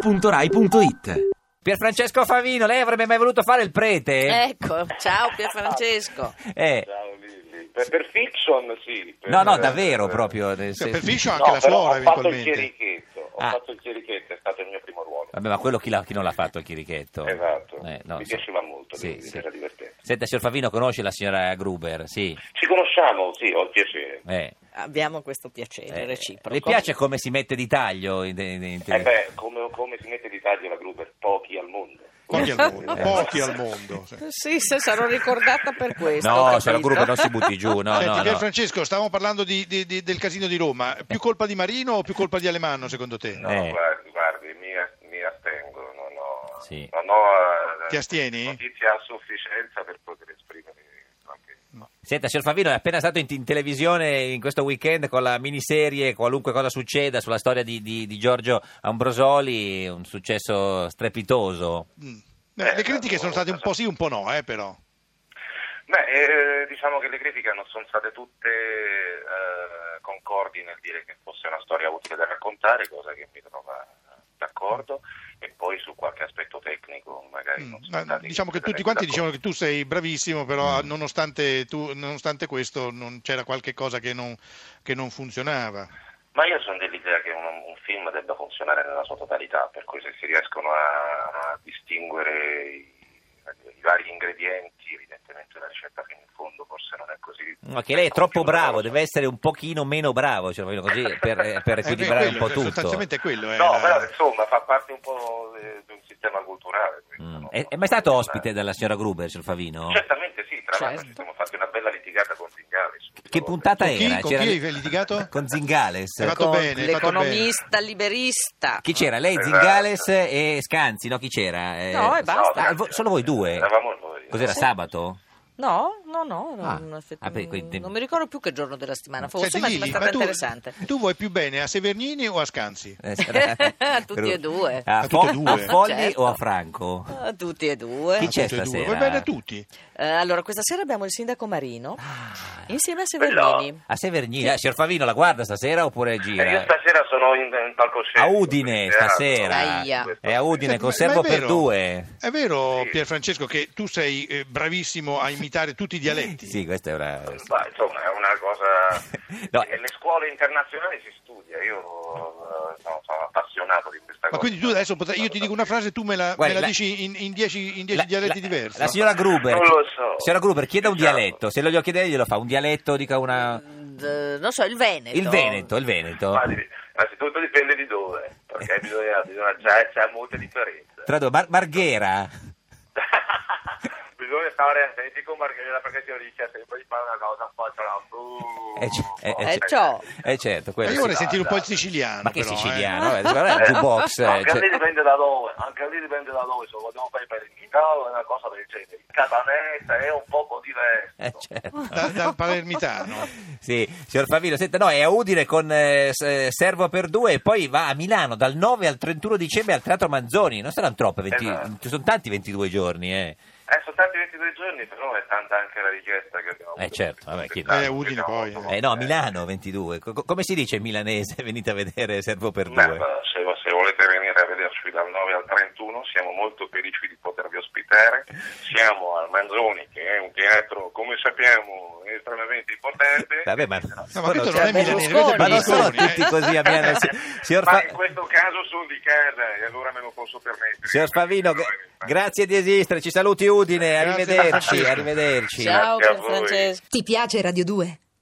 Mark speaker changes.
Speaker 1: radio2pod.rai.it
Speaker 2: Pierfrancesco Favino, lei avrebbe mai voluto fare il prete?
Speaker 3: Ecco, ciao Pierfrancesco.
Speaker 2: Eh,
Speaker 4: Ciao Lilli. Per, per fiction sì. per-
Speaker 2: No, no, davvero
Speaker 4: per-
Speaker 2: proprio. nel
Speaker 5: Cioè,
Speaker 2: senso-
Speaker 5: per Fiscio
Speaker 4: No,
Speaker 5: anche la
Speaker 4: però
Speaker 5: flora
Speaker 4: ho fatto il
Speaker 5: eventualmente.
Speaker 4: chierichetto, ho
Speaker 2: Ah.
Speaker 4: fatto il chierichetto, è stato il mio primo ruolo.
Speaker 2: Vabbè, ma quello chi, l'ha- chi non l'ha fatto il chirichetto?
Speaker 4: Esatto,
Speaker 2: Eh, no,
Speaker 4: mi
Speaker 2: so-
Speaker 4: piaceva molto,
Speaker 2: Sì,
Speaker 4: mi-
Speaker 2: sì.
Speaker 4: era divertente.
Speaker 2: Senta, signor Favino, conosce la signora Gruber? Sì.
Speaker 4: Ci conosciamo, sì, ho il piacere.
Speaker 2: Eh,
Speaker 3: Abbiamo questo piacere
Speaker 2: eh,
Speaker 3: reciproco.
Speaker 2: le piace come si mette di taglio? In, in- in-
Speaker 4: Eh beh, come, come si mette di taglio la Gruber? Pochi al mondo.
Speaker 5: Pochi al mondo,
Speaker 2: Eh.
Speaker 5: pochi al mondo. Senti,
Speaker 3: Sì, se sarò ricordata per questo. ho
Speaker 2: no,
Speaker 3: capito.
Speaker 2: signora Gruber, non si butti giù. No, no, no.
Speaker 5: Pierfrancesco, stavamo parlando di- di- di- del casino di Roma. Più colpa di Marino o più colpa di Alemanno, secondo te?
Speaker 4: No,
Speaker 2: Eh.
Speaker 4: guardi, guardi, mi, as- mi astengo, non ho,
Speaker 2: Sì.
Speaker 4: non ho, eh,
Speaker 5: Ti astieni?
Speaker 4: notizie a sufficienza per poter esprimere anche...
Speaker 2: Senta, signor Favino, è appena stato in, in televisione in questo weekend con la miniserie Qualunque cosa succeda sulla storia di, di- di Giorgio Ambrosoli, un successo strepitoso.
Speaker 5: Mm. Eh, le critiche sono state un po' sì, un po' no, eh, però.
Speaker 4: Beh, eh, diciamo che le critiche non sono state tutte eh, concordi nel dire che fosse una storia utile da raccontare, cosa che mi trova d'accordo, e poi su qualche aspetto tecnico
Speaker 2: Eh,
Speaker 4: magari
Speaker 5: Mm.
Speaker 4: non sono
Speaker 5: Ma
Speaker 4: stati
Speaker 5: Diciamo che
Speaker 4: tutti
Speaker 5: tutti quanti dicevano
Speaker 4: d'accordo.
Speaker 5: che tu sei bravissimo,
Speaker 2: Mm.
Speaker 5: però nonostante, tu- nonostante questo non c'era qualche cosa che non, che non funzionava.
Speaker 4: Ma io sono dell'idea che un, un film debba funzionare nella sua totalità, per cui se si riescono a, a distinguere i, i vari ingredienti, evidentemente la ricetta fino in fondo forse non è così.
Speaker 2: Ma che lei è troppo bravo, deve essere un pochino meno bravo, signor Favino, così per, eh, per
Speaker 5: Eh, beh,
Speaker 2: equilibrare un
Speaker 5: quello,
Speaker 2: po' tutto.
Speaker 5: Sostanzialmente è quello. eh,
Speaker 4: No,
Speaker 5: la-
Speaker 4: però insomma fa parte un po' eh, di un sistema culturale. questo,
Speaker 2: Mm.
Speaker 4: no?
Speaker 2: È, è mai stato ospite della signora Gruber, signor Favino?
Speaker 5: Cioè,
Speaker 4: Certamente sì, tra l'altro
Speaker 3: Certo.
Speaker 4: ci siamo fatti una bella litigata con Zingale. su
Speaker 2: Che
Speaker 4: Robert.
Speaker 2: puntata
Speaker 5: Con chi?
Speaker 2: era?
Speaker 5: Con chi hai litigato?
Speaker 2: Con Zingales.
Speaker 5: Hai fatto
Speaker 2: Con-
Speaker 5: bene, hai fatto bene.
Speaker 3: L'economista liberista.
Speaker 2: Chi c'era? Lei,
Speaker 4: Esatto.
Speaker 2: Zingales e Scanzi, no? Chi c'era? Eh,
Speaker 3: No, e basta.
Speaker 2: ah, vo- solo voi due?
Speaker 4: Eravamo noi.
Speaker 2: Cos'era,
Speaker 4: Sì.
Speaker 2: sabato?
Speaker 3: No, no, no, non,
Speaker 2: Ah,
Speaker 3: effett-
Speaker 2: ah, beh, quindi-
Speaker 3: non mi ricordo più che giorno della settimana fosse,
Speaker 5: Senti,
Speaker 3: ma insomma è
Speaker 5: Cioè,
Speaker 3: stato
Speaker 5: Lilli, ma tu-
Speaker 3: interessante.
Speaker 5: Tu vuoi più bene a Severnini o a Scanzi?
Speaker 2: Eh, sarà-
Speaker 3: Tutti e due.
Speaker 2: A,
Speaker 5: A
Speaker 2: Fo-
Speaker 5: tutti e due.
Speaker 2: a Folli
Speaker 3: Certo.
Speaker 2: o a Franco?
Speaker 3: Ah, Tutti e due.
Speaker 2: Chi
Speaker 5: A
Speaker 2: c'è
Speaker 5: tutte e due.
Speaker 2: stasera?
Speaker 5: Vuoi bene a tutti?
Speaker 3: Eh, allora, questa sera abbiamo il sindaco Marino
Speaker 2: Ah.
Speaker 3: insieme a
Speaker 4: Bella.
Speaker 3: Severini.
Speaker 2: A Severgnini, eh, signor Favino la guarda stasera oppure
Speaker 4: Eh, io
Speaker 2: gira?
Speaker 4: stasera sono in, in palcoscenico.
Speaker 2: A Udine
Speaker 4: quindi, eh,
Speaker 2: stasera.
Speaker 3: Aia.
Speaker 2: È a Udine,
Speaker 5: Senti, ma-
Speaker 2: conservo
Speaker 5: ma è
Speaker 2: per
Speaker 5: vero-
Speaker 2: due.
Speaker 5: È vero,
Speaker 4: Sì.
Speaker 5: Pierfrancesco, che tu sei eh, bravissimo a imitare tutti i dialetti.
Speaker 2: Sì, questa è una...
Speaker 4: Ma, insomma, è una cosa...
Speaker 2: No.
Speaker 4: Nelle scuole internazionali si studia, io eh, sono, sono appassionato di questa
Speaker 5: Ma
Speaker 4: cosa.
Speaker 5: quindi tu adesso potrai, io ti dico una frase e tu me la,
Speaker 2: Guardi,
Speaker 5: me la
Speaker 2: la-
Speaker 5: dici in, in dieci, in dieci
Speaker 2: La-
Speaker 5: dialetti
Speaker 2: la-
Speaker 5: diversi.
Speaker 2: La signora Gruber,
Speaker 4: Non lo so.
Speaker 2: signora Gruber chieda un
Speaker 4: Diciamo.
Speaker 2: dialetto, se lo glielo chiede glielo fa, un dialetto dica una...
Speaker 3: D- Eh, non so, il Veneto.
Speaker 2: Il Veneto, il Veneto.
Speaker 4: Ma, di- innanzitutto dipende di dove, perché bisogna, bisogna già c'è molta differenza.
Speaker 2: Tra due, Mar- Marghera.
Speaker 4: Bisogna stare attenti con Margherita perché si rischia sempre di fare una cosa poi tra la
Speaker 2: Eh, c- eh,
Speaker 3: Eh,
Speaker 2: eh,
Speaker 3: ciò.
Speaker 2: Eh certo,
Speaker 5: Ma
Speaker 2: quello
Speaker 5: io
Speaker 2: sì.
Speaker 5: vorrei
Speaker 4: sì.
Speaker 5: sentire un po' il
Speaker 4: Dai, dai.
Speaker 5: siciliano.
Speaker 2: Ma che
Speaker 5: però, eh.
Speaker 2: siciliano, eh, guarda, è il jukebox. eh,
Speaker 4: anche
Speaker 2: cioè-
Speaker 4: lì dipende da dove, anche lì dipende da dove, se vogliamo fare per il Milano è una cosa del genere. Il catanese è un poco diverso.
Speaker 2: eh, certo.
Speaker 5: Da- dal palermitano.
Speaker 2: Sì, signor Favino, senta, no, è a Udine con eh, S- Servo per due e poi va a Milano dal 9 al 31 dicembre al Teatro Manzoni. Non saranno troppe, 20
Speaker 4: Esatto.
Speaker 2: ci sono tanti 22 giorni, eh.
Speaker 4: Eh, sono stati 22 giorni, però è tanta anche la richiesta che abbiamo
Speaker 2: Eh,
Speaker 4: avuto.
Speaker 2: certo, vabbè, chi-
Speaker 4: Perché
Speaker 5: Eh, Udine
Speaker 4: abbiamo
Speaker 5: poi,
Speaker 4: avuto-
Speaker 2: Eh, no, a Milano 22. Co- co- come si dice in milanese? Venite a vedere Servo per
Speaker 4: Beh,
Speaker 2: due.
Speaker 4: ma se, se volete venire a vederci dal 9 al 31 siamo molto felici di potervi ospitare. Siamo al Manzoni, che è un teatro, come sappiamo, estremamente importante.
Speaker 2: Vabbè, ma,
Speaker 5: No, ma questo
Speaker 2: sono-
Speaker 5: non è
Speaker 3: Cioè, Berlusconi.
Speaker 5: milanese, questo è
Speaker 2: ma non sono
Speaker 5: Berlusconi, eh.
Speaker 2: tutti così a Milano. Si- Signor,
Speaker 4: Ma
Speaker 2: Fa-
Speaker 4: in questo caso sono di casa e allora me lo posso permettere.
Speaker 2: signor Favino, gra- grazie di esistere. Ci saluti Udine,
Speaker 5: Grazie,
Speaker 2: arrivederci,
Speaker 5: Francesco.
Speaker 2: arrivederci.
Speaker 3: Ciao
Speaker 4: Grazie a voi.
Speaker 3: Pierfrancesco.
Speaker 6: Ti piace Radio 2?